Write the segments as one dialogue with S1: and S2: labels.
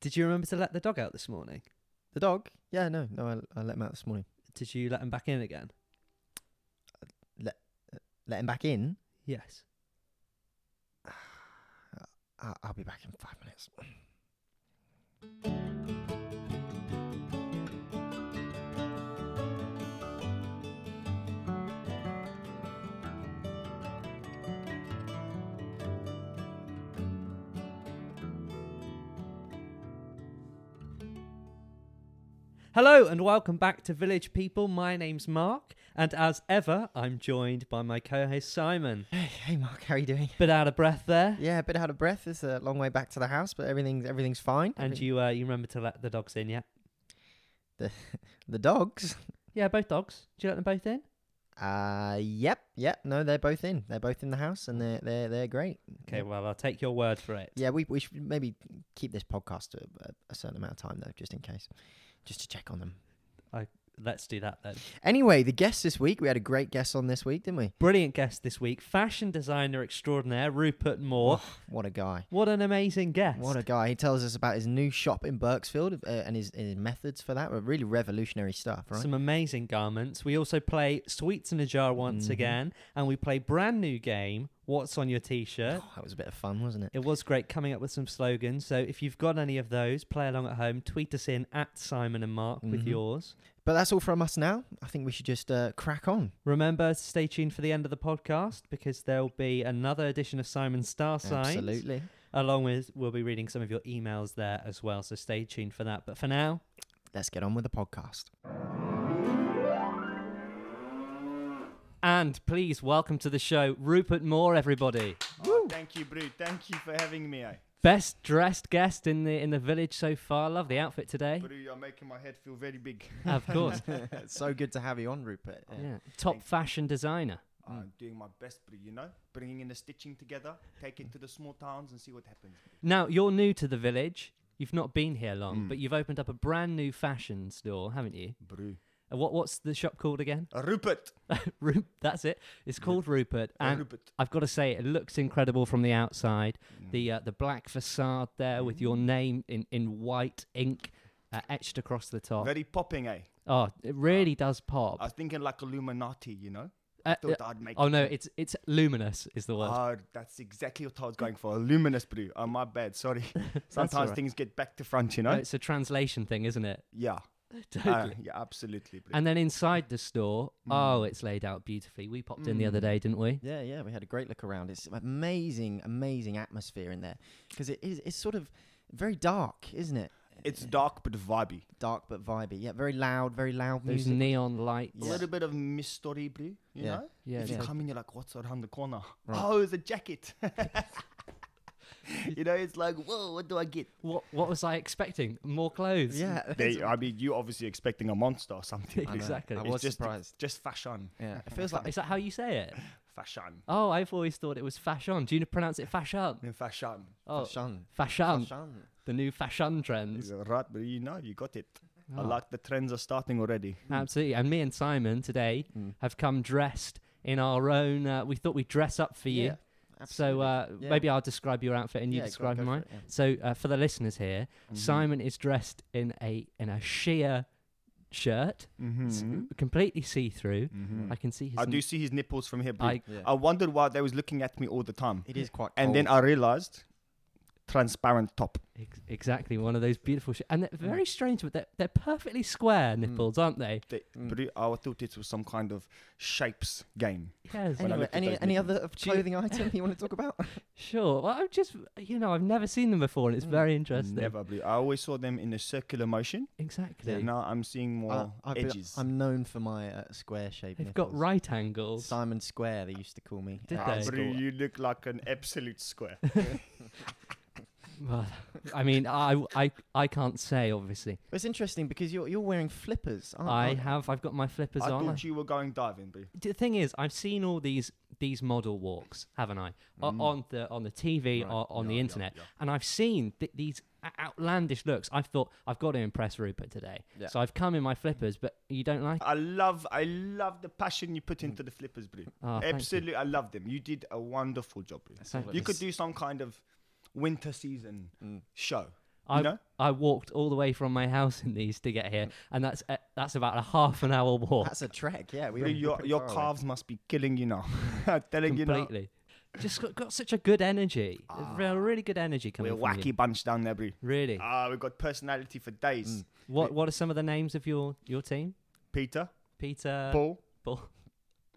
S1: Did you remember to let the dog out this morning?
S2: The dog? Yeah, no, no, I, I let him out this morning.
S1: Did you let him back in again?
S2: Let him back in.
S1: Yes.
S2: I- I'll be back in five minutes.
S1: Hello and welcome back to Village People. My name's Mark, and as ever, I'm joined by my co-host Simon.
S2: Hey, hey, Mark, how are you doing?
S1: Bit out of breath there,
S2: Yeah, a bit out of breath. It's a long way back to the house, but everything's everything's fine.
S1: and
S2: Everything-
S1: you uh, you remember to let the dogs in, yeah?
S2: the dogs?
S1: Yeah, both dogs. Did you let them both in?
S2: Uh, yep, yep. No, they're both in. They're both in the house, and they're they're they're great.
S1: Okay,
S2: Yep.
S1: well I'll take your word for it.
S2: Yeah, we we should maybe keep this podcast to a, a certain amount of time though, just in case, just to check on them.
S1: Let's do that then.
S2: Anyway, the guest this week, we had a great guest on this week, didn't we?
S1: Brilliant guest this week, fashion designer extraordinaire Rupert Moore.
S2: What a guy.
S1: Oh. What an amazing guest!
S2: What a guy! He tells us about his new shop in Berksfield uh, and his, his methods for that. Were really revolutionary stuff, right?
S1: Some amazing garments. We also play Sweets in a Jar once
S2: Mhm.
S1: again, and we play brand new game, What's on Your T shirt?
S2: Oh, that was a bit of fun, wasn't it?
S1: It was great coming up with some slogans. So if you've got any of those, play along at home. Tweet us in at Simon and Mark with
S2: Mhm.
S1: yours.
S2: But that's all from us now. I think we should just uh, crack on.
S1: Remember to stay tuned for the end of the podcast because there'll be another edition of Simon Star Signs.
S2: Absolutely.
S1: Along with, we'll be reading some of your emails there as well. So stay tuned for that. But for now,
S2: Let's get on with the podcast.
S1: and please welcome to the show Rupert Moore, everybody.
S3: Oh, thank you, Bru. Thank you for having me. Eh?
S1: Best dressed guest in the in the village so far. Love the outfit today.
S3: Bru, you're making my head feel very big.
S1: Of course.
S2: it's so good to have you on, Rupert. Yeah.
S1: Yeah. Top fashion designer.
S3: I'm doing my best, Bru, you know? Bringing in the stitching together, take it to the small towns and see what happens.
S1: Now, you're new to the village. You've not been here long,
S3: Mm.
S1: but you've opened up a brand new fashion store, haven't you?
S3: Bru.
S1: Uh, What what's the shop called again?
S3: Uh, Rupert.
S1: Rup that's it. It's called Rupert
S3: Uh,
S1: and
S3: Rupert.
S1: I've got to say it looks incredible from the outside.
S3: Mm.
S1: The uh, the black facade there with your name in in white ink uh, etched across the top.
S3: Very popping, eh?
S1: Oh, it really does pop.
S3: I was thinking like Illuminati, you know?
S1: Uh, uh,
S3: Thought I'd make
S1: oh
S3: it.
S1: no, it's it's luminous is the word.
S3: Oh, that's exactly what I was going for. Luminous Bru. Oh, my bad. Sorry. Sometimes
S1: alright.
S3: things get back to front, you
S1: Uh,
S3: know?
S1: it's a translation thing, isn't it?
S3: yeah.
S2: Ah.
S1: Totally.
S3: Uh, yeah, absolutely, Bru.
S1: and then inside the store,
S2: Mm.
S1: oh, it's laid out beautifully. We popped in the other
S3: Mm.
S1: day, didn't we?
S2: yeah, yeah, we had a great look around. It's amazing, amazing atmosphere in there because it is. It's sort of very dark, isn't it? Uh,
S3: It's dark but vibey.
S2: dark but vibey. Yeah, very loud, very loud
S1: Those
S2: music.
S1: neon lights.
S3: A
S2: Yeah.
S3: little bit of mystery, Bru, you
S2: Yeah.
S3: know?
S1: Yeah,
S3: if you
S1: yeah.
S3: come in, you're like, what's around the corner?
S2: Right.
S3: Oh, it's a jacket. you know, it's like, whoa, what do I get?
S1: What what was I expecting? More clothes.
S2: yeah,
S3: They, I mean, you obviously expecting a monster or something.
S2: I know.
S1: Exactly.
S2: I
S1: It's
S3: It's
S2: was
S3: just,
S2: surprised.
S3: Just fashion.
S2: Yeah, it feels like
S1: Is that how you say it?
S3: Fashion.
S1: Oh, I've always thought it was fashion. Do you pronounce it fashion?
S3: Then Fashion.
S1: Oh,
S2: fashion.
S1: fashion.
S2: Fashion.
S1: The new fashion trends.
S3: Is it Right, but you know, you got it. I
S1: Oh,
S3: like the trends are starting already.
S1: Absolutely. And me and Simon today
S2: Mm.
S1: have come dressed in our own. Uh, we thought we'd dress up for you.
S2: Yeah,
S1: so
S2: absolutely.
S1: uh,
S2: Yeah.
S1: maybe I'll describe your outfit and you
S2: Yeah, go-
S1: describe
S2: go for
S1: mine.
S2: it, yeah.
S1: So uh, for the listeners here, Mm-hmm.
S3: Mm-hmm.
S1: Simon is dressed in a in a sheer shirt, s- completely see through. I can see his.
S3: Mm-hmm. I
S1: n-
S3: do see his nipples from here. Bro.
S1: I,
S2: Yeah. Oh,
S3: I wondered why they was looking at me all the time.
S2: It is quite.
S3: And
S1: Oh.
S3: then
S2: cold.
S3: I realized transparent top.
S1: ex- exactly one of those beautiful sh- and they're
S3: Mm.
S1: very strange, but they're they're perfectly ssquare nipples, aren't they?
S3: They, mm. Bro, I thought it was some kind of shapes game.
S1: Yes.
S3: When I
S2: Anyway,
S3: looked at
S2: any
S3: those
S2: any
S3: nipples.
S2: other
S1: Do
S2: of
S1: you-
S2: clothing item you want to talk about?
S1: Sure. Well, I'm just you know I've never seen them before, and it's very interesting.
S3: Mm. Never, Bru. I always saw them in a circular motion.
S1: Exactly.
S3: Yeah, now I'm seeing more
S2: Uh, I've been-
S3: edges.
S2: I'm known for my uh, square shape.
S1: They've got
S2: nipples.
S1: right angles.
S2: Simon Square. They used to call me.
S1: Did
S2: at
S1: they?
S3: Bro,
S2: school.
S3: you look like an absolute square.
S1: Well, I mean, I, I, I can't say obviously.
S2: It's interesting because you're you're wearing flippers. Aren't,
S1: I
S2: aren't-
S1: have. I've got my flippers
S3: Oh, I
S1: on.
S3: thought you were going diving, bro.
S1: the thing is, I've seen all these these model walks, haven't I? O- on the on the TV
S3: Mm. Right.
S1: or on
S3: Yeah,
S1: the
S3: yeah,
S1: internet,
S3: yeah.
S1: and I've seen th- these o- outlandish looks. I've thought I've got to impress Rupert today,
S2: Yeah.
S1: so I've come in my flippers. But you don't like?
S3: I love, I love the passion you put into the flippers, bro.
S1: Ah, thank you.
S3: Absolutely, I love them. You did a wonderful job, bro.
S2: That's all
S1: Thank
S2: it
S3: You
S2: is. Mm.
S3: could do some kind of winter season show.
S1: I
S3: you know?
S1: I walked all the way from my house in these to get
S3: Mm.
S1: here, and that's uh, that's about a half an hour walk.
S2: That's a trek, yeah. We
S3: Bro,
S2: were
S3: your
S2: pretty
S3: your
S2: far away.
S3: calves must be killing you now. I'm telling you
S1: completely. Just got, got such a good energy. A real, really good energy
S3: now.
S1: coming
S3: Ah. We're a
S1: from
S3: wacky
S1: you.
S3: bunch down there, bro.
S1: Really.
S3: Ah, we've got personality for days.
S2: Mm.
S1: what What are some of the names of your your team?
S3: Peter,
S1: Peter.
S3: Paul,
S1: Paul.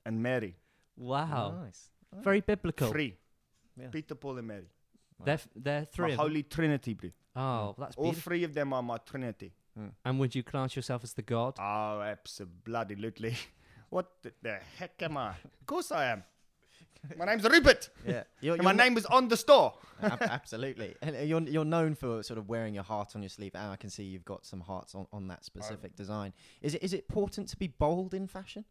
S3: and Mary.
S1: Wow.
S2: Nice.
S1: Very biblical.
S3: Three.
S2: Yeah.
S3: Peter, Paul, and Mary.
S1: They're f- they're three.
S3: my
S1: of them.
S3: holy trinity, bro.
S1: Oh, that's
S3: All
S1: beautiful.
S3: three of them are my trinity.
S1: And would you class yourself as the god?
S3: Oh, absolutely. What the, the heck am I? Of course I am. My name's Rupert.
S2: Yeah. You're,
S3: And my
S2: you're-
S3: name is on the store.
S2: Ab- absolutely. And uh, you're you're known for sort of wearing your heart on your sleeve. And I can see you've got some hearts on, on that specific design. Is it is it important to be bold in fashion?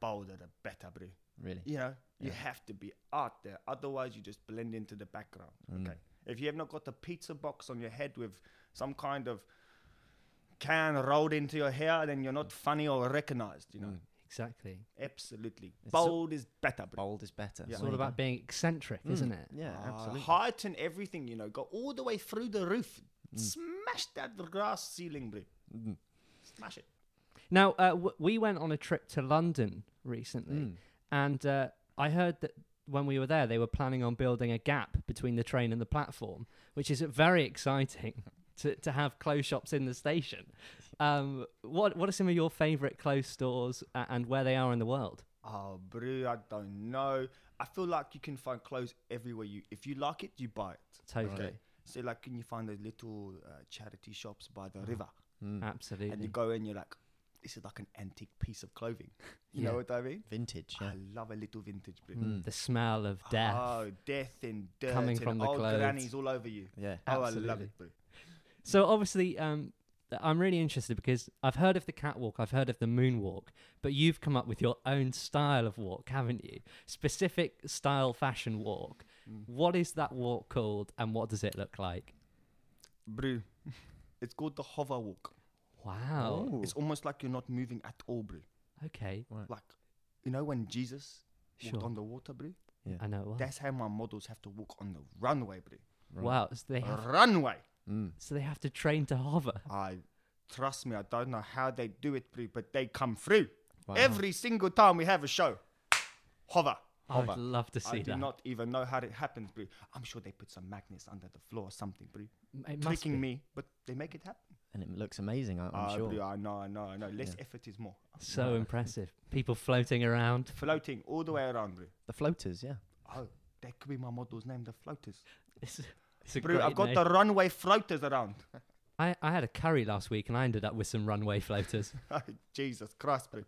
S3: Bolder the better, bro.
S2: Really?
S3: You know, you
S2: Yeah.
S3: have to be out there. Otherwise, you just blend into the background.
S2: Mm.
S3: Okay. If you have not got the pizza box on your head with some kind of can rolled into your hair, then you're not funny or recognized, you know.
S1: Exactly.
S3: Absolutely.
S2: Mm. It's so-
S3: Bold is better, bro.
S2: Bold is better.
S3: Yeah.
S1: It's
S2: There
S1: all
S2: you
S1: about
S2: go.
S1: being eccentric, isn't it?
S2: Yeah,
S3: Ah,
S2: absolutely.
S3: Heighten everything, you know. Go all the way through the roof.
S1: Mm.
S3: Smash that glass ceiling, bro.
S1: Mm-hmm.
S2: Mm.
S3: Smash it.
S1: Now, uh, w- we went on a trip to London recently,
S2: Mm.
S1: and uh, I heard that when we were there, they were planning on building a gap between the train and the platform, which is very exciting to, to have clothes shops in the station. Um, what What are some of your favourite clothes stores a- and where they are in the world?
S3: Oh, bro, I don't know. I feel like you can find clothes everywhere. You, if you like it, you buy it.
S1: Totally,
S3: Okay. So, like, can you find those little uh, charity shops by
S1: Uh-huh.
S3: the river? And you
S1: absolutely.
S3: go in, you're like, this is like an antique piece of clothing. You
S1: Yeah.
S3: know what I mean?
S2: Vintage. Yeah.
S3: I love a little vintage bit.
S1: Mm, The smell of death.
S3: Oh, death and dirt
S1: Coming
S3: and
S1: from the
S3: old
S1: clothes.
S3: grannies all over you.
S2: yeah.
S3: Oh, I love
S1: Absolutely.
S3: it, bro.
S1: So obviously, um, th- I'm really interested because I've heard of the catwalk, I've heard of the moonwalk, but you've come up with your own style of walk, haven't you? Specific style fashion walk.
S3: Mm.
S1: What is that walk called, and what does it look like?
S3: Bro, it's called the hover walk.
S1: Wow.
S2: Ooh.
S3: It's almost like you're not moving at all, bro.
S1: Okay.
S3: Like, you know when Jesus walked
S1: Sure.
S3: on the water, bro?
S1: I know. Wow.
S3: That's how my models have to walk on the runway, bro.
S1: wow. So they have,
S3: Runway.
S2: Mm.
S1: so they have to train to hover.
S3: I trust me, I don't know how they do it, bro, but they come through.
S2: Wow.
S3: Every single time we have a show. Hover.
S1: I would
S3: Hover.
S1: love to
S3: I
S1: see
S3: do
S1: that.
S3: not even know how it happens, bro. I'm sure they put some magnets under the floor or something, bro.
S1: It must
S3: Tricking
S1: be.
S3: me, but they make it happen.
S2: And it looks amazing. I, I'm
S3: Ah,
S2: sure.
S3: bro, I know, I know, I know. Less effort is more.
S1: So impressive. People floating around.
S3: Floating all the way around, bro.
S2: The floaters. Yeah.
S3: Oh, that could be my model's name, the floaters.
S1: It's, it's a
S3: Bro,
S1: great
S3: I've got
S1: name.
S3: the runway floaters around.
S1: I, I had a curry last week and I ended up with some runway floaters.
S3: Jesus Christ, bro.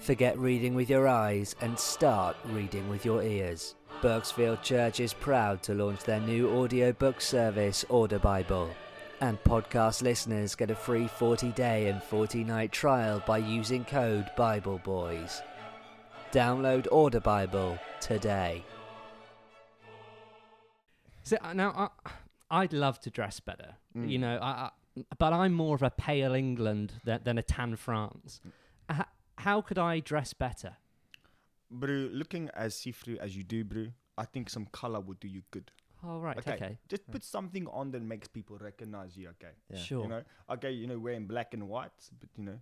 S4: Forget reading with your eyes and start reading with your ears. Berksfield Church is proud to launch their new audiobook service, Order Bible. And podcast listeners get a free 40 day and 40 night trial by using code BibleBoys. Download Order Bible today.
S1: So uh, now I, I'd love to dress better, you know, I, I, but I'm more of a pale England than, than a tan France. H- how could I dress better?
S3: Bro, looking as see through as you do, bro, I think some color would do you good.
S1: All right, okay, Hmm.
S3: Just put something on that makes people recognize you, okay?
S2: Yeah.
S1: sure,
S3: You know, okay, you know, wearing black and white, but you know,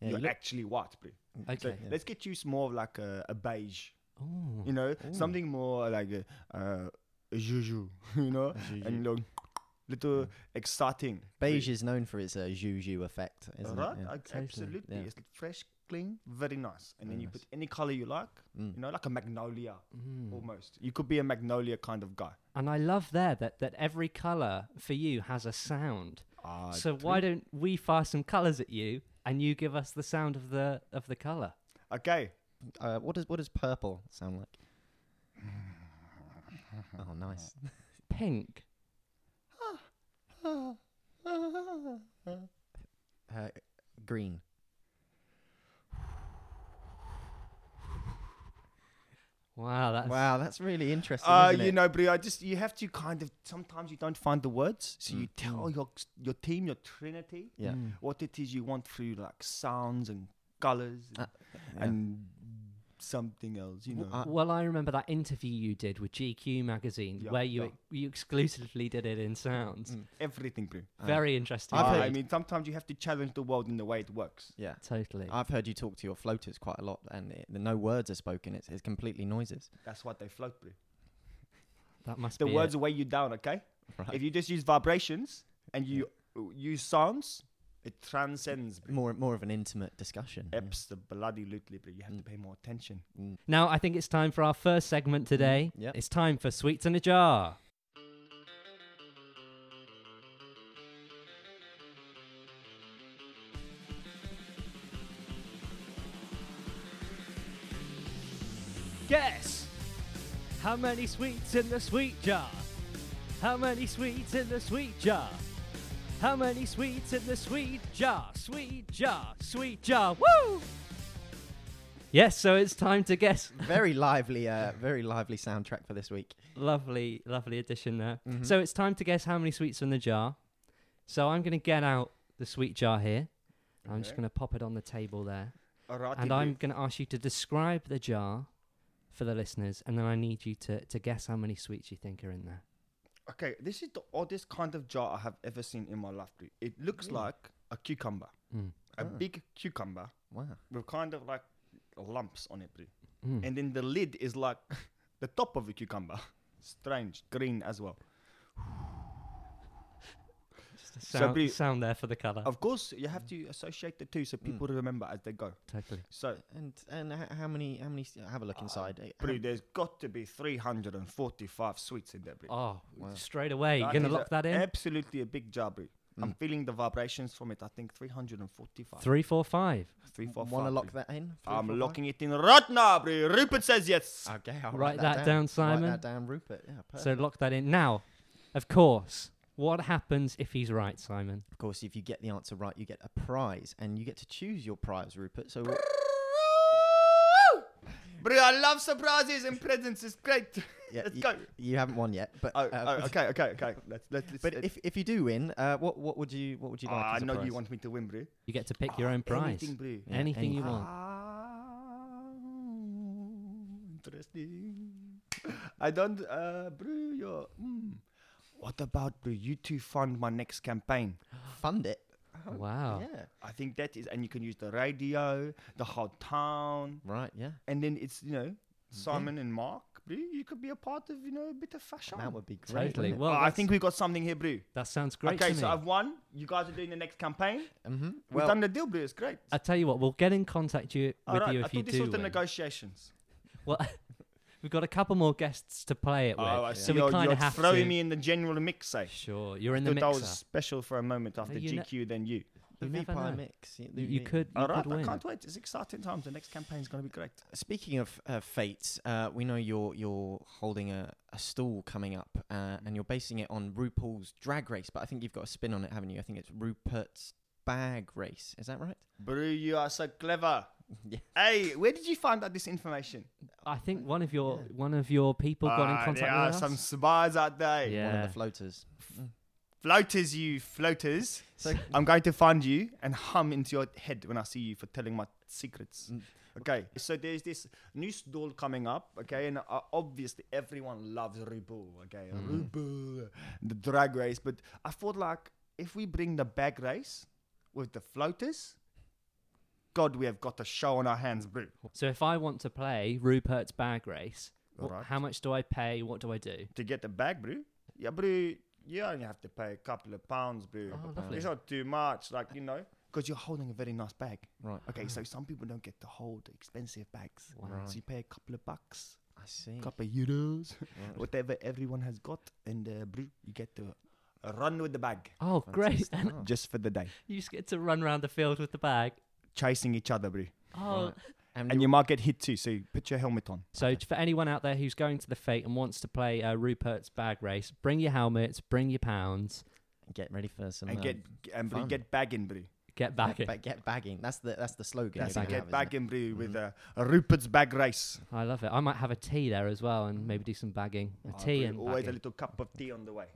S2: Yeah, you
S3: you're
S2: look-
S3: actually white, bro. So
S1: okay. Hmm.
S3: let's get you some more of like a, a beige,
S1: Ooh.
S3: you know, something more like a, uh, a juju, you know, and like little
S1: Hmm.
S3: exciting. bro.
S2: Beige is known for its uh, juju effect, isn't
S3: right?
S2: it? Yeah.
S3: I- Absolutely.
S2: yeah.
S3: It's fresh, clean, very nice. And then you put any color you like,
S2: Mm.
S3: you know, like a magnolia
S2: Hmm.
S3: almost. You could be a magnolia kind of guy.
S1: mm. And I love there that that every color for you has a sound.
S3: Ah,
S1: so why don't we fire some colors at you and you give us the sound of the of the color?
S3: Okay.
S2: Uh, what does what does purple sound like? Oh, nice.
S1: Pink.
S2: Uh, green.
S1: Wow, that's
S2: Wow, that's really interesting.
S3: Uh,
S2: isn't
S3: you
S2: it?
S3: know, Bri, I just you have to kind of sometimes you don't find the words, so you
S2: Mm-hmm.
S3: tell your your team, your trinity,
S1: Mm.
S2: Yeah.
S3: what it is you want through like sounds and colors and,
S2: Uh, yeah.
S3: and something else, you know.
S2: Well, uh, I-
S1: well, I remember that interview you did with GQ magazine
S3: Yeah,
S1: where you
S3: yeah.
S1: you exclusively did it in sounds.
S2: Mm.
S3: Everything, bro.
S2: Uh,
S1: Very interesting.
S2: I've
S3: I-
S1: dude.
S3: I
S2: heard-
S3: mean, sometimes you have to challenge the world in the way it works.
S2: Yeah.
S1: totally.
S2: I've heard you talk to your floaters quite a lot, and it, no words are spoken. It's, it's completely noises.
S3: That's what they float, bro.
S1: that must
S3: The
S1: be
S3: words
S1: It.
S3: weigh you down, okay?
S2: Right.
S3: If you just use vibrations and you use sounds, it transcends,
S1: Mm.
S3: bro.
S2: more more of an intimate discussion. yeah.
S3: Absolutely, bro. You have to pay more attention.
S2: Mm.
S1: Now I think it's time for our first segment today.
S2: yep.
S1: It's time for sweets in a jar. Guess how many sweets in the sweet jar? How many sweets in the sweet jar? How many sweets in the sweet jar? Sweet jar, sweet jar. Woo! Yes, so it's time to guess
S2: Very lively, uh, very lively soundtrack for this week.
S1: Lovely, lovely addition there.
S3: Mm-hmm.
S2: Mhm.
S1: So it's time to guess how many sweets are in the jar. So I'm going to get out the sweet jar here. I'm just
S3: Okay.
S1: going to pop it on the table there.
S3: Alrighty,
S1: and
S3: bro.
S1: I'm going to ask you to describe the jar for the listeners. And then I need you to, to guess how many sweets you think are in there.
S3: Okay, this is the oddest kind of jar I have ever seen in my life, bro. It looks like a cucumber,
S1: Mm.
S3: a
S2: Ah.
S3: big cucumber
S2: Wow.
S3: with kind of like lumps on it, bro.
S1: Mm.
S3: And then the lid is like the top of a cucumber. Strange, green as well.
S1: Just a
S3: so
S1: sound,
S3: be-
S1: sound there for the colour.
S3: Of course, you
S1: Mm.
S3: have to associate the two so people remember as they go.
S1: Totally.
S3: So,
S2: And and h- how many how many? s- Have a
S3: Uh,
S2: look inside. Eh, how-
S3: bro, there's got to be 345 sweets in there, bro.
S1: Oh,
S2: Wow.
S1: straight away. You're
S3: That
S1: going to
S3: is a-
S1: lock that in?
S3: Absolutely a big jar, bro. I'm
S2: Mm.
S3: feeling the vibrations from it. I think 345.
S1: Three, four, five.
S3: Three, four,
S2: Wanna
S3: five,
S2: lock
S3: bro.
S2: that in? Three,
S3: I'm
S2: four, five?
S3: locking it in right now, bro. Rupert says yes.
S2: Okay, I'll
S1: Write that down, Simon.
S2: Write that down, Rupert. Yeah, perfect.
S1: So lock that in. Now, of course, what happens if he's right, Simon?
S2: Of course, if you get the answer right, you get a prize, and you get to choose your prize, Rupert. So, what-
S3: Bro, I love surprises and presents. It's great.
S2: yeah,
S3: Let's
S2: you,
S3: go.
S2: you haven't won yet, but uh,
S3: Oh, oh, okay, okay, okay. Let's, let's, let's
S2: but
S3: let's-
S2: if if you do win, uh, what what would you what would you like?
S3: Ah, I
S2: as a
S3: know
S2: prize?
S3: you want me to win, bro.
S1: You get to pick your own prize.
S3: Ah, Anything, bro.
S2: Yeah,
S1: anything, you
S2: anything.
S1: want.
S3: Ah, Interesting. I don't, uh, bro. You're. Mm. What about, bro? You two fund my next campaign.
S2: Fund it.
S1: Wow.
S2: Yeah.
S3: I think that is, and you can use the radio, the whole town,
S2: Right. Yeah.
S3: and then it's you know Simon and Mark. Bro, you could be a part of you know a bit of fashion.
S2: That would be great. wouldn't
S1: Totally.
S2: it?
S1: Well,
S3: Oh, I
S1: that's-
S3: think we got something here, bro.
S1: that sounds great.
S3: okay,
S1: to me.
S3: so I've won. You guys are doing the next campaign.
S2: Mhm.
S3: We've
S2: Well,
S3: done the deal, bro. It's great.
S1: I tell you what, we'll get in contact you,
S3: All
S1: with
S3: right,
S1: you
S3: I
S1: if you
S3: thought
S1: do.
S3: this was the
S1: win.
S3: negotiations.
S1: well, we've got a couple more guests to play it with,
S3: Oh, I
S1: so
S3: see.
S1: we
S3: You're,
S1: kind
S3: you're
S1: of have
S3: throwing
S1: to.
S3: me in the general mix, eh?
S1: Sure, you're in the
S3: Thought I
S1: mixer.
S3: was special for a moment after
S1: you kn-
S3: GQ, then you.
S2: the
S1: you never
S2: VPI
S1: know.
S2: mix. y-
S1: You,
S2: the-
S1: you
S2: the-
S1: could, you
S3: All right,
S1: could
S3: I
S1: win.
S3: can't wait. It's exciting times. The next campaign's going to be great.
S2: Speaking of uh, fates, uh, we know you're you're holding a, a stall coming up, uh,
S3: Mm-hmm.
S2: and you're basing it on RuPaul's Drag Race. But I think you've got a spin on it, haven't you? I think it's Rupert's Bag Race. Is that right?
S3: Bro, you are so clever.
S2: Yeah.
S3: Hey, where did you find out this information?
S1: I think one of your one of your people got in
S3: Ah,
S1: contact
S3: there are
S1: with us.
S3: some spies out there.
S2: One of
S1: yeah,
S2: the floaters.
S3: Floaters, you floaters.
S2: So-
S3: I'm going to find you and hum into your head when I see you for telling my secrets.
S2: Mm.
S3: Okay, so there's this new stall coming up, okay, and uh, obviously everyone loves RuPaul, okay, RuPaul, the drag race. But I thought, like, if we bring the bag race with the floaters, God, we have got a show on our hands, bro.
S1: so if I want to play Rupert's Bag Race, wh-
S3: Alright.
S1: how much do I pay? What do I do?
S3: To get the bag, bro, yeah, bro, you only have to pay a couple of pounds, bro.
S1: Oh, lovely.
S3: It's not too much, like, you know, because you're holding a very nice bag.
S2: Right.
S3: Okay, so some people don't get to hold expensive bags.
S1: Wow.
S2: Right.
S3: So you pay a couple of bucks,
S2: I see.
S3: a couple of euros,
S2: Right.
S3: whatever everyone has got, and uh, bro, you get to run with the bag
S1: Oh, great!
S2: Fantastic. Oh.
S3: just for the day,
S1: you just get to run around the field with the bag.
S3: chasing each other, bro.
S1: Oh,
S2: Right. And,
S3: And
S2: you
S3: you might get hit too, so you put your helmet on.
S1: So t- for anyone out there who's going to the fate and wants to play uh, Rupert's bag race, bring your helmets, bring your pounds,
S2: get ready for some.
S3: And
S2: um,
S3: get and bro,
S2: fun.
S3: get bagging, bro.
S1: get back
S2: get,
S1: in.
S2: ba- get bagging. That's the that's the slogan.
S3: That's
S2: you're
S3: it,
S2: gonna have,
S3: get
S2: isn't it? Mm-hmm.
S3: bagging, bro, with uh, a Rupert's bag race.
S1: I love it. I might have a tea there as well and maybe do some bagging. A
S3: Ah,
S1: tea
S3: bro,
S1: and
S3: always a
S1: bagging.
S3: little cup of tea on the way.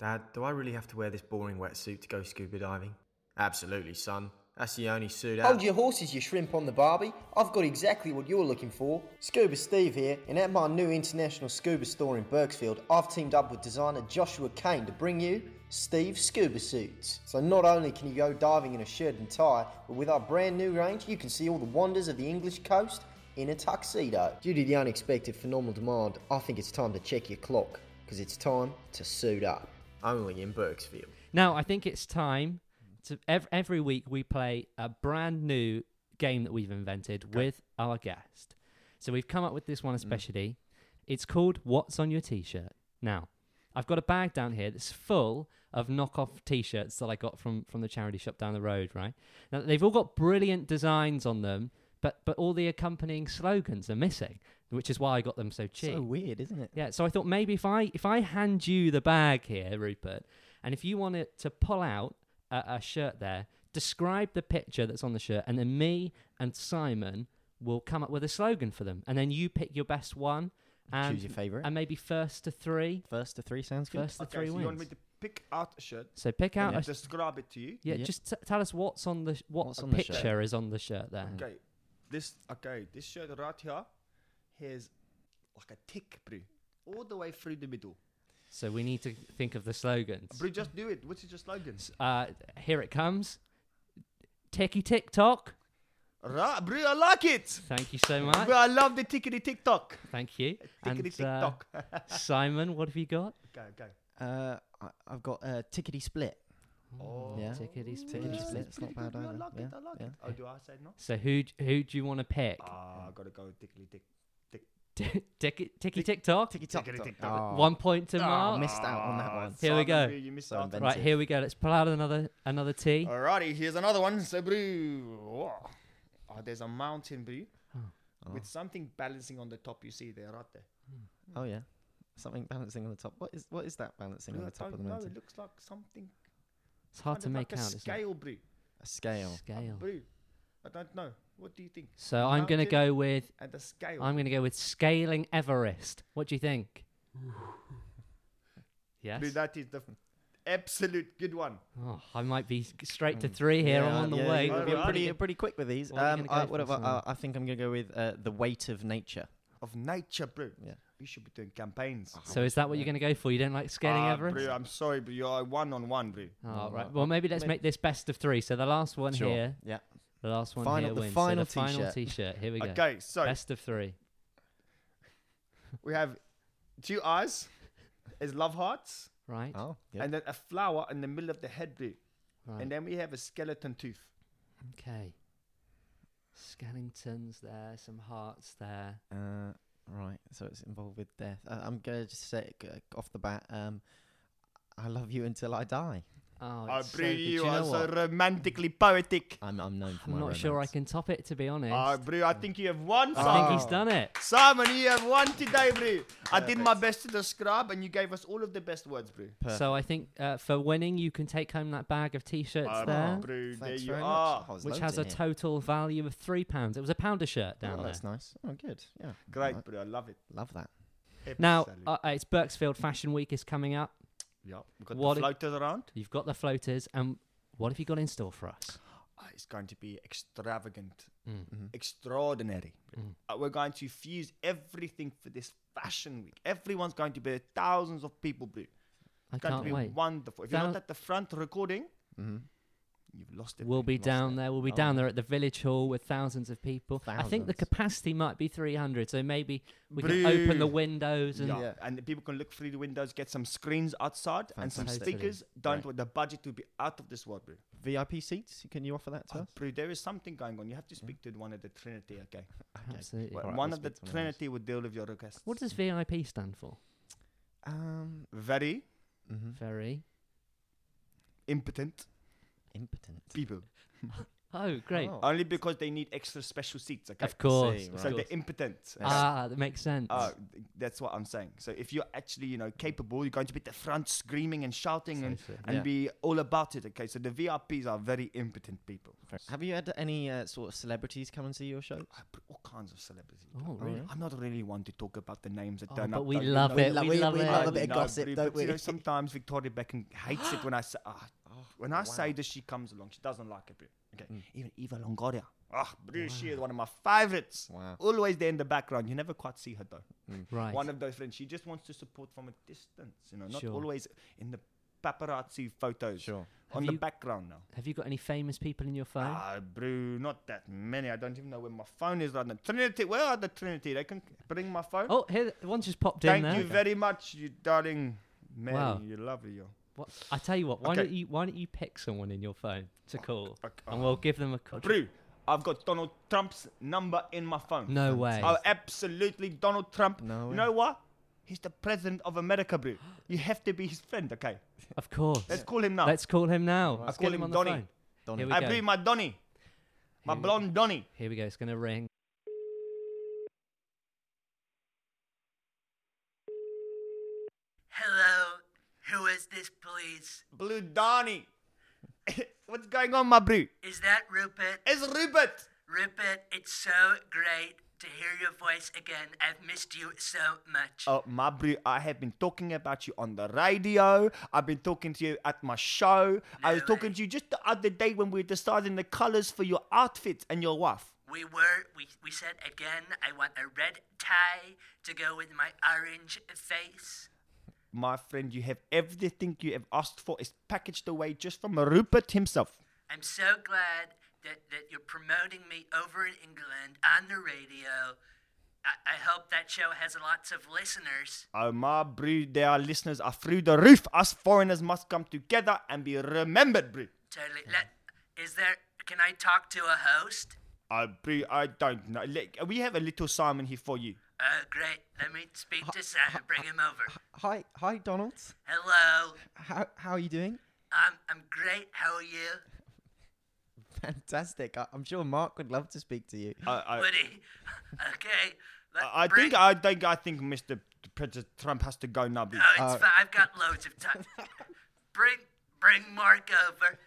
S5: Dad, do I really have to wear this boring wetsuit to go scuba diving? Absolutely, son. That's the only suit out.
S6: Hold your horses, you shrimp on the barbie. I've got exactly what you're looking for. Scuba Steve here, and at my new international scuba store in Berksfield, I've teamed up with designer Joshua Kane to bring you Steve Scuba Suits. So not only can you go diving in a shirt and tie, but with our brand new range, you can see all the wonders of the English coast in a tuxedo. Due to the unexpected phenomenal demand, I think it's time to check your clock, because it's time to suit up.
S5: Only in Berksfield.
S1: Now I think it's time to ev- every week we play a brand new game that we've invented with our guest. So we've come up with this one especially. It's called What's on Your T-shirt. Now, I've got a bag down here that's full of knockoff T-shirts that I got from from the charity shop down the road. Right now, they've all got brilliant designs on them, but but all the accompanying slogans are missing, which is why I got them so cheap.
S2: So weird, isn't it?
S1: Yeah, so I thought maybe if I if I hand you the bag here, Rupert, and if you wanted to pull out a, a shirt there, describe the picture that's on the shirt, and then me and Simon will come up with a slogan for them, and then you pick your best one and
S2: Choose your favourite.
S1: and maybe first to three,
S2: First to three sounds good.
S1: first to three
S3: so
S1: wins.
S3: you want me to pick out a shirt
S1: so pick out
S3: and
S1: a sh-
S3: describe it to you?
S1: yeah,
S2: Yeah.
S1: just t- tell us what's on the sh- what
S2: What's
S1: a
S2: on the shirt?
S1: picture is on the shirt there.
S2: Mm.
S3: Okay, this okay, this shirt right here has like a tick, bro, all the way through the middle.
S1: So we need to think of the slogans.
S3: Bro, just do it. What's your slogan?
S1: Uh, here it comes. Ticky tick tock.
S3: Right, bro, I like it.
S1: Thank you so much.
S3: Bro, I love the tickety tick tock.
S1: Thank you.
S3: Tickety tick
S1: and uh,
S3: tock.
S1: Simon, what have you got?
S3: Go, go.
S2: Uh, I, I've got uh, tickety split.
S3: Oh,
S2: Yeah.
S1: Tickety
S2: Tickety
S1: split.
S2: split. It's not bad
S3: I
S2: either.
S3: like
S2: yeah.
S3: it. I like
S2: yeah.
S3: it. Oh, do I say no?
S1: So who d- who do you want to pick?
S3: Ah, I gotta go with tickety tick.
S1: Tick- Ticky ticky tick tock.
S2: Tickety tock.
S3: Oh, Tickety tick Ah,
S2: tock.
S3: tock.
S2: Oh,
S1: One point to
S2: I
S1: Mark.
S2: missed out on that one.
S1: Here we
S3: Simon,
S1: go.
S3: bro, You missed
S2: So
S3: out.
S1: Right
S2: inventive.
S1: here we go. Let's pull out another another T.
S3: Alrighty, here's another one. So, brew. Oh, there's a mountain, brew,
S1: Oh.
S3: with something balancing on the top. You see there, right there.
S2: Oh yeah, something balancing on the top. What is what is that balancing on
S3: Brew,
S2: the
S3: I
S2: top of the
S3: don't know. It
S2: mountain?
S3: looks like something.
S1: It's hard
S3: kind
S1: to
S3: of
S1: make
S3: like
S1: out.
S3: A
S1: isn't it?
S3: scale, brew.
S2: A scale.
S1: Scale.
S3: Brew. I don't know. What do you think?
S1: So I'm gonna
S3: Mountain
S1: go with
S3: And a scale.
S1: I'm gonna go with scaling Everest. What do you think? Yes.
S3: Brew, that is the f- absolute good one.
S1: Oh, I might be s- straight to three here. I'm on the
S2: yeah,
S1: way.
S2: You're,
S3: Alright,
S2: you're
S3: alright.
S2: pretty, you're pretty quick with these.
S1: What are you
S2: um,
S1: gonna
S2: I,
S1: go
S2: what
S1: for,
S2: have I,
S1: Simon?
S2: I- I think I'm going to go with uh, the weight of nature.
S3: Of nature, brew.
S2: Yeah.
S3: You should be doing campaigns.
S1: So is that what you're gonna go for? You don't like scaling
S3: Ah,
S1: Oh, Everest?
S3: Brew, I'm sorry, but you are one on one, brew.
S1: Oh, right. Well, maybe let's make this best of three. So the last one here,
S2: Yeah.
S1: the last one
S2: Final-
S1: here
S2: the
S1: wins.
S2: final
S1: so the final
S2: t-shirt.
S1: t-shirt. Here we go.
S3: Okay, so
S1: Best of three.
S3: we have two eyes, is love hearts,
S1: Right.
S2: Oh. Yeah.
S3: and then a flower in the middle of the head, brew.
S1: right.
S3: And then we have a skeleton tooth.
S1: okay. Skellingtons there, some hearts there.
S2: Uh, right. So it's involved with death. Uh, I'm going to just say it g- off the bat. Um, I love you until I die.
S1: Oh,
S3: Oh,
S1: it's so
S3: Brie,
S1: good.
S3: you,
S2: you
S3: are
S2: know
S3: so
S2: what?
S3: romantically poetic.
S2: I'm I'm known for
S1: I'm
S2: my
S1: not sure I
S2: romance.
S1: can top it, to be honest.
S3: Oh, Brie, I think you have won
S1: I think
S3: Simon.
S1: he's done it.
S3: Simon, you have won today, Brie. I did my best to describe, and you gave us all of the best words, Brie.
S1: So I think uh, for winning, you can take home that bag of t-shirts
S3: Oh,
S1: there,
S3: Brie, there
S2: Thanks
S3: you
S2: very much.
S3: are.
S2: Oh, there's
S1: which
S2: loads
S1: has
S2: in
S1: a
S2: here.
S1: total value of three pounds. It was a pound a shirt down
S2: Oh,
S1: there.
S2: that's nice. Oh, good. Yeah.
S3: Great,
S2: Right.
S3: Brie. I love it.
S2: Love that.
S1: Now
S3: Absolute.
S1: uh, it's Berksfield Fashion Week is coming up.
S3: yeah, we've got
S1: what
S3: the
S1: if-
S3: floaters around.
S1: You've got the floaters, and what have you got in store for us?
S3: Ah,
S1: Mm.
S3: it's going to be extravagant, Mm-hmm. extraordinary.
S1: Mm.
S3: Uh, we're going to fuse everything for this fashion week. Everyone's going to be there. Thousands of people, Brie.
S1: I
S3: It's going to
S1: can't
S3: be
S1: wait.
S3: wonderful. If you're
S1: Thou-
S3: not at the front recording,
S2: Mm-hmm.
S3: you've lost it. Oh,
S1: We'll
S3: Brie.
S1: be down there. We'll be down there at the village hall with thousands of people. I think the
S2: Thousands.
S1: capacity might be 300, so maybe we can open the
S3: Brilliant.
S1: windows and
S3: Yeah. and the people can look through the windows, get some screens outside and some
S1: Fantastic.
S3: stickers. Don't worry, the budget will be out of this world, bro.
S2: VIP seats. Can you offer that to
S3: Oh,
S2: us?
S3: bro, there is something going on. You have to speak to one of the Trinity, okay?
S1: absolutely.
S3: Well,
S2: Alright,
S3: one
S2: we'll
S3: of the
S2: speak to one of those.
S3: Trinity would deal with your requests.
S1: What does VIP stand for?
S2: Um.
S3: Very Hmm?
S2: mhm.
S1: Very.
S3: impotent
S2: Impotent.
S3: people.
S1: Oh, great.
S2: Oh.
S3: Only because they need extra special seats, okay?
S1: Of course.
S2: See,
S1: of
S3: So they're
S1: course.
S3: impotent. okay?
S1: Ah, that makes sense.
S3: Oh, th- that's what I'm saying. So if you're actually, you know, capable, you're going to be at the front screaming and shouting and,
S1: Precisely.
S3: and
S2: Yeah.
S3: be all about it. Okay, so the VIPs are very impotent people.
S2: Have you had any uh, sort of celebrities come and see your show?
S3: I put all kinds of celebrities.
S1: oh, really?
S3: I'm not really one to talk about the names that
S1: Oh,
S3: don't.
S1: but
S3: up,
S1: we
S3: don't you
S1: love
S3: know?
S1: it. We love
S3: I
S1: it.
S2: love a
S3: know,
S2: bit of gossip,
S3: Brie,
S2: don't
S3: but, you know,
S2: we?
S3: sometimes Victoria Beckham hates it when I say, ah, when I say this, she comes along. She doesn't like it. Brie. Okay.
S1: Mm.
S3: Even Eva Longoria. Ah, bro, she is one of my favorites.
S2: Wow.
S3: Always there in the background. You never quite see her though.
S1: Right.
S3: One of those friends. She just wants to support from a distance, you know, not
S1: Sure.
S3: always in the paparazzi photos.
S2: Sure.
S3: On
S1: Have
S3: the
S1: you-
S3: background now.
S1: Have you got any famous people in your phone?
S3: Ah, bro, not that many. I don't even know where my phone is right now. Trinity, where are the Trinity? They can bring my phone.
S1: oh, here, one just popped
S3: Thank
S1: in there.
S3: you very much, you darling Mary.
S1: Wow.
S3: You're lovely, you.
S1: What, I tell you what, why
S3: Okay.
S1: don't you why don't you pick someone in your phone to call,
S3: okay.
S1: and we'll give them a call.
S3: Bro, I've got Donald Trump's number in my phone.
S1: No way.
S3: Oh, absolutely, Donald Trump.
S2: No
S3: You
S2: way.
S3: know what? He's the president of America, bro. You have to be his friend, okay?
S1: Of course.
S3: Let's call him now.
S1: Let's call him now. Let's
S3: call
S1: get
S3: him
S1: on
S3: Donny.
S1: the phone.
S2: Donny.
S1: Here we
S3: I
S1: go.
S3: bring my Donny, my
S1: Here we-
S3: blonde Donny.
S1: Here we go. It's gonna ring.
S7: Hello, who is this, please?
S3: Blue Donny. What's going on, my bro?
S7: Is that Rupert?
S3: It's Rupert.
S7: Rupert, it's so great to hear your voice again. I've missed you so much.
S3: Oh, my bro, I have been talking about you on the radio. I've been talking to you at my show. I was talking to you just the other day when we were deciding the colors for your outfit and your wife.
S7: We were, we, we said again, I want a red tie to go with my orange face.
S3: My friend, you have everything you have asked for is packaged away just from Rupert himself.
S7: I'm so glad that, that you're promoting me over in England on the radio. I, I hope that show has lots of listeners.
S3: Oh, my bro, their listeners are through the roof. Us foreigners must come together and be remembered, bro.
S7: Totally. Let, is there, can I talk to a host?
S3: Oh, bro, I don't know. Look, We have a little Simon here for you.
S7: Oh, great. Let me speak to Simon. Bring him over.
S2: Hi, hi, Donald.
S7: Hello.
S2: How how are you doing?
S7: I'm I'm great. How are you?
S2: Fantastic. I, I'm sure Mark would love to speak to you.
S3: I, I,
S7: Woody. Okay. let-
S3: Uh, I
S7: bring-
S3: think I think I think Mr. President Trump has to go now, bro.
S7: Oh, it's fine. I've got loads of time. bring bring Mark over.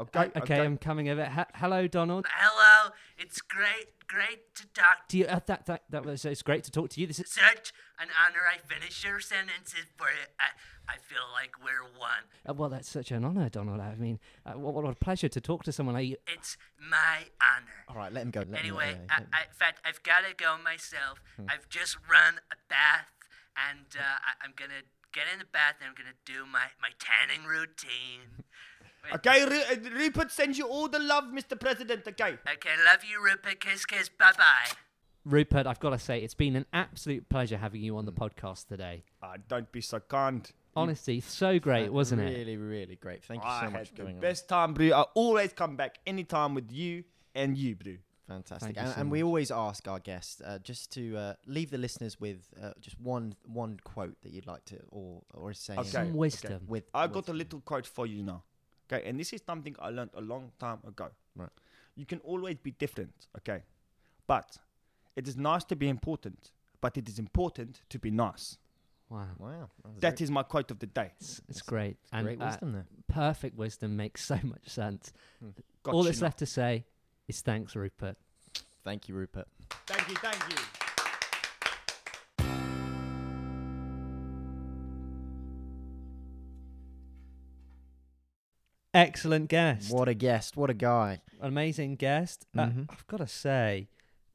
S3: Okay,
S1: okay, I'm coming over. H- Hello, Donald.
S7: Hello. It's great great to talk to
S1: Do you uh, that that that was it's great to talk to you. This
S7: you.
S1: is
S7: Such an honor. I finished your sentences for you. I I feel like we're one.
S1: uh, well, that's such an honour, Donald. I mean, uh, what, what a pleasure to talk to someone like you. Oh,
S7: It's my honor.
S2: All right, let him go. Let him go,
S7: Anyway,
S2: yeah,
S7: I,
S2: let-
S7: I, in fact, I've got to go myself.
S1: Hmm.
S7: I've just run a bath, and uh, I, I'm gonna get in the bath and I'm gonna do my, my tanning routine.
S3: Okay, Ru- uh, Rupert sends you all the love, Mr. President. Okay.
S7: Okay, love you, Rupert. Kiss, kiss. Bye bye.
S1: Rupert, I've got to say, it's been an absolute pleasure having you on the podcast today.
S3: Ah, don't be so kind.
S1: Honestly, so great, wasn't
S2: Uh, really,
S1: it?
S2: Really, really great. Thank you
S3: I
S2: so
S3: had
S2: much for
S3: the
S2: coming on.
S3: best time, bro. I always come back anytime with you and you, bro.
S2: Fantastic.
S1: you
S2: And,
S1: so
S2: and we always ask our guests uh, just to uh, leave the listeners with uh, just one one quote that you'd like to or or a saying
S3: Okay.
S1: Some
S3: okay.
S1: wisdom.
S2: with.
S3: I
S2: with-
S3: got a little quote for you now. Okay, and this is something I learned a long time ago.
S2: Right.
S3: You can always be different, okay? But it is nice to be important, but it is important to be nice.
S1: Wow,
S2: Wow. was
S3: That is my quote of the day.
S1: it's, it's great. and
S2: great
S1: uh,
S2: wisdom there.
S1: perfect wisdom makes so much sense.
S3: Got
S1: All
S3: you
S1: that's
S3: now.
S1: left to say is thanks, Rupert.
S2: Thank you, Rupert.
S3: Thank you, thank you.
S1: Excellent guest.
S2: What a guest. What a guy.
S1: Amazing guest. Uh,
S2: Mhm.
S1: I've got to say,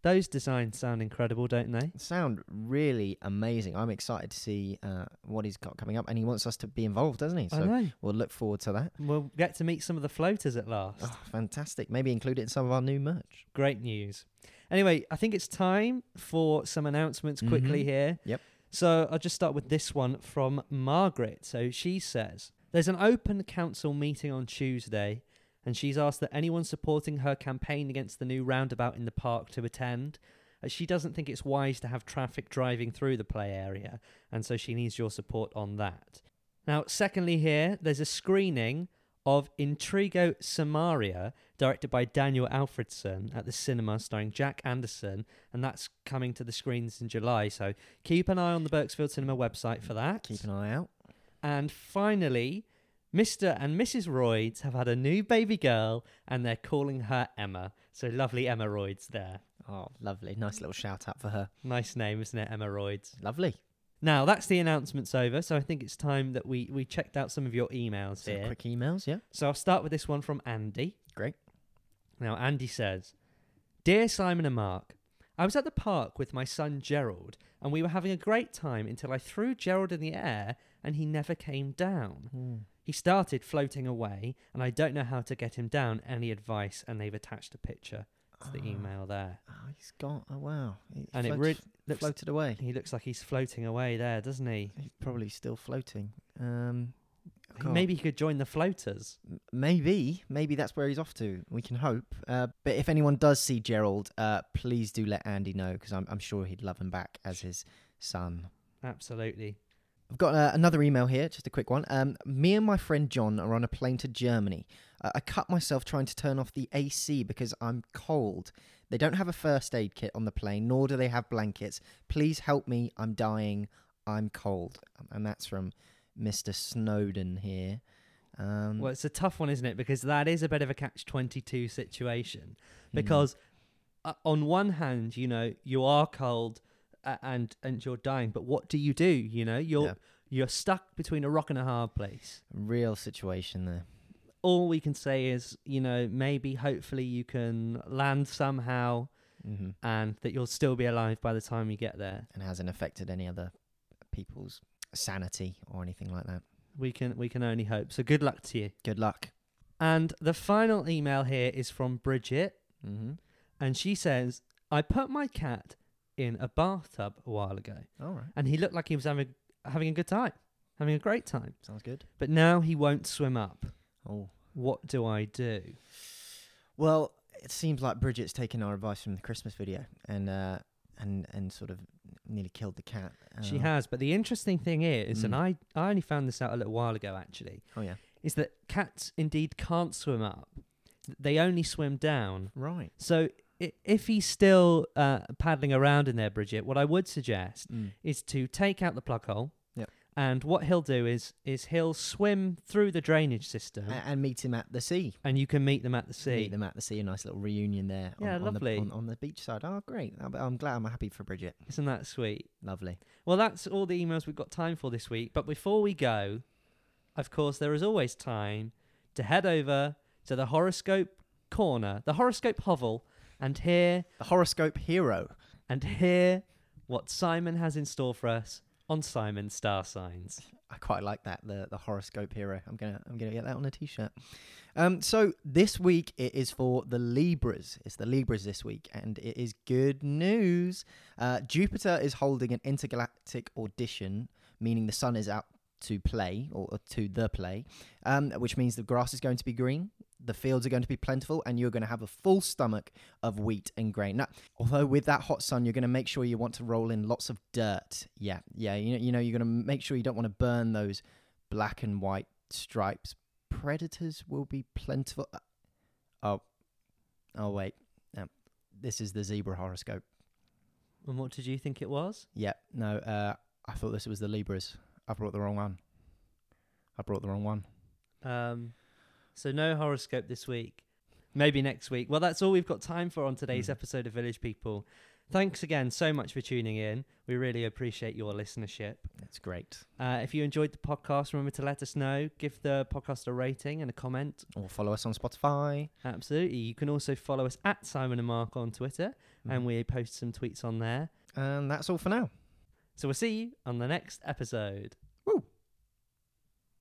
S1: those designs sound incredible, don't they?
S2: Sound really amazing. I'm excited to see uh, what he's got coming up, and he wants us to be involved, doesn't he?
S1: I
S2: So
S1: know.
S2: we'll look forward to that.
S1: We'll get to meet some of the floaters at last.
S2: Oh, fantastic. Maybe include it in some of our new merch.
S1: Great news. Anyway, I think it's time for some announcements quickly
S2: Mhm.
S1: here.
S2: Yep.
S1: So I'll just start with this one from Margaret. So she says there's an open council meeting on Tuesday, and she's asked that anyone supporting her campaign against the new roundabout in the park to attend. As she doesn't think it's wise to have traffic driving through the play area, and so she needs your support on that. Now, secondly, here there's a screening of Intrigo Samaria, directed by Daniel Alfredson, at the cinema, starring Jack Anderson, and that's coming to the screens in July. So keep an eye on the Berksfield Cinema website for that.
S2: Keep an eye out.
S1: And finally, Mr. and Mrs. Royds have had a new baby girl, and they're calling her Emma. So lovely Emma Royds there.
S2: Oh, lovely. Nice little shout out for her.
S1: Nice name, isn't it, Emma Royds?
S2: Lovely.
S1: Now that's the announcements over, so I think it's time that we we checked out some of your emails
S2: Some
S1: here.
S2: quick emails, yeah.
S1: So I'll start with this one from Andy.
S2: Great.
S1: Now, Andy says, Dear Simon and Mark, I was at the park with my son Gerald, and we were having a great time until I threw Gerald in the air and he never came down. He started floating away, and I don't know how to get him down. Any advice? And they've attached a picture to
S2: Ah.
S1: the email there.
S2: Oh, he's gone. Oh wow. He
S1: And it
S2: float-
S1: really looks-
S2: floated away.
S1: He looks like he's floating away there, doesn't he?
S2: He's probably still floating. Um, God.
S1: Maybe he could join the floaters.
S2: M- maybe, maybe that's where he's off to. We can hope. Uh, but if anyone does see Gerald, uh, please do let Andy know because I'm, I'm sure he'd love him back as his son.
S1: Absolutely.
S2: I've got uh, another email here, just a quick one. Um, me and my friend John are on a plane to Germany. Uh, I cut myself trying to turn off the AC because I'm cold. They don't have a first aid kit on the plane, nor do they have blankets. Please help me. I'm dying. I'm cold. Um, And that's from Mr. Snowden here. Um,
S1: Well, it's a tough one, isn't it? Because that is a bit of a catch 22 situation.
S2: Mm. hmm.
S1: Because uh, on one hand, you know, you are cold uh, and and you're dying, but what do you do? You know, you're
S2: Yeah.
S1: you're stuck between a rock and a hard place.
S2: real situation there.
S1: All we can say is, you know, maybe hopefully you can land somehow
S2: hmm
S1: and that you'll still be alive by the time you get there.
S2: And hasn't affected any other people's sanity or anything like that.
S1: We can we can only hope. So good luck to you.
S2: Good luck.
S1: And the final email here is from Bridget.
S2: Mm-hmm.
S1: and she says, I put my cat in a bathtub a while ago,
S2: All right.
S1: and he looked like he was having having a good time, having a great time.
S2: Sounds good.
S1: But now he won't swim up.
S2: Oh.
S1: What do I do?
S2: Well, it seems like Bridget's taken our advice from the Christmas video and uh, and and sort of nearly killed the cat. Uh,
S1: She has. But the interesting thing is, and
S2: Mm.
S1: I, I only found this out a little while ago actually,
S2: Oh yeah.
S1: is that cats indeed can't swim up. They only swim down.
S2: Right.
S1: So i- if he's still uh, paddling around in there, Bridget, what I would suggest is to take out the plug hole.
S2: Yep.
S1: And what he'll do is is he'll swim through the drainage
S2: A-
S1: system,
S2: and meet him at the sea.
S1: and you can meet them at the sea.
S2: Ah. Meet them at the sea. A nice little reunion there.
S1: Yeah,
S2: on,
S1: lovely.
S2: On the, on, on the beach side. Oh, great. I'm, I'm glad. I'm happy for Bridget.
S1: Isn't that sweet?
S2: Lovely.
S1: Well, that's all the emails we've got time for this week. But before we go, of course, there is always time to head over to the horoscope corner, the horoscope hovel, and hear
S2: The horoscope hero.
S1: and hear what Simon has in store for us on Simon Star Signs.
S2: I quite like that the the horoscope hero. I'm gonna I'm gonna get that on a t-shirt. Um, so this week it is for the Libras. It's the Libras this week, and it is good news. Uh, Jupiter is holding an intergalactic audition, meaning the sun is out to play or, or to the play, um, which means the grass is going to be green. The fields are going to be plentiful, and you're going to have a full stomach of wheat and grain. Now, although with that hot sun, you're going to make sure you want to roll in lots of dirt. Yeah, yeah. You know, you know, you're going to make sure you don't want to burn those black and white stripes. Predators will be plentiful. Uh, Oh, oh wait. No. This is the zebra horoscope.
S1: And what did you think it was?
S2: Yeah, no. Uh, I thought this was the Libras. I brought the wrong one. I brought the wrong one.
S1: Um, so no horoscope this week. Maybe next week. Well, that's all we've got time for on today's episode of Village People. Thanks again so much for tuning in. We really appreciate your listenership.
S2: That's great.
S1: Uh, if you enjoyed the podcast, remember to let us know. Give the podcast a rating and a comment.
S2: Or follow us on Spotify.
S1: Absolutely. You can also follow us at Simon and Mark on Twitter, and
S2: Mhm.
S1: we post some tweets on there.
S2: And that's all for now.
S1: So we'll see you on the next episode.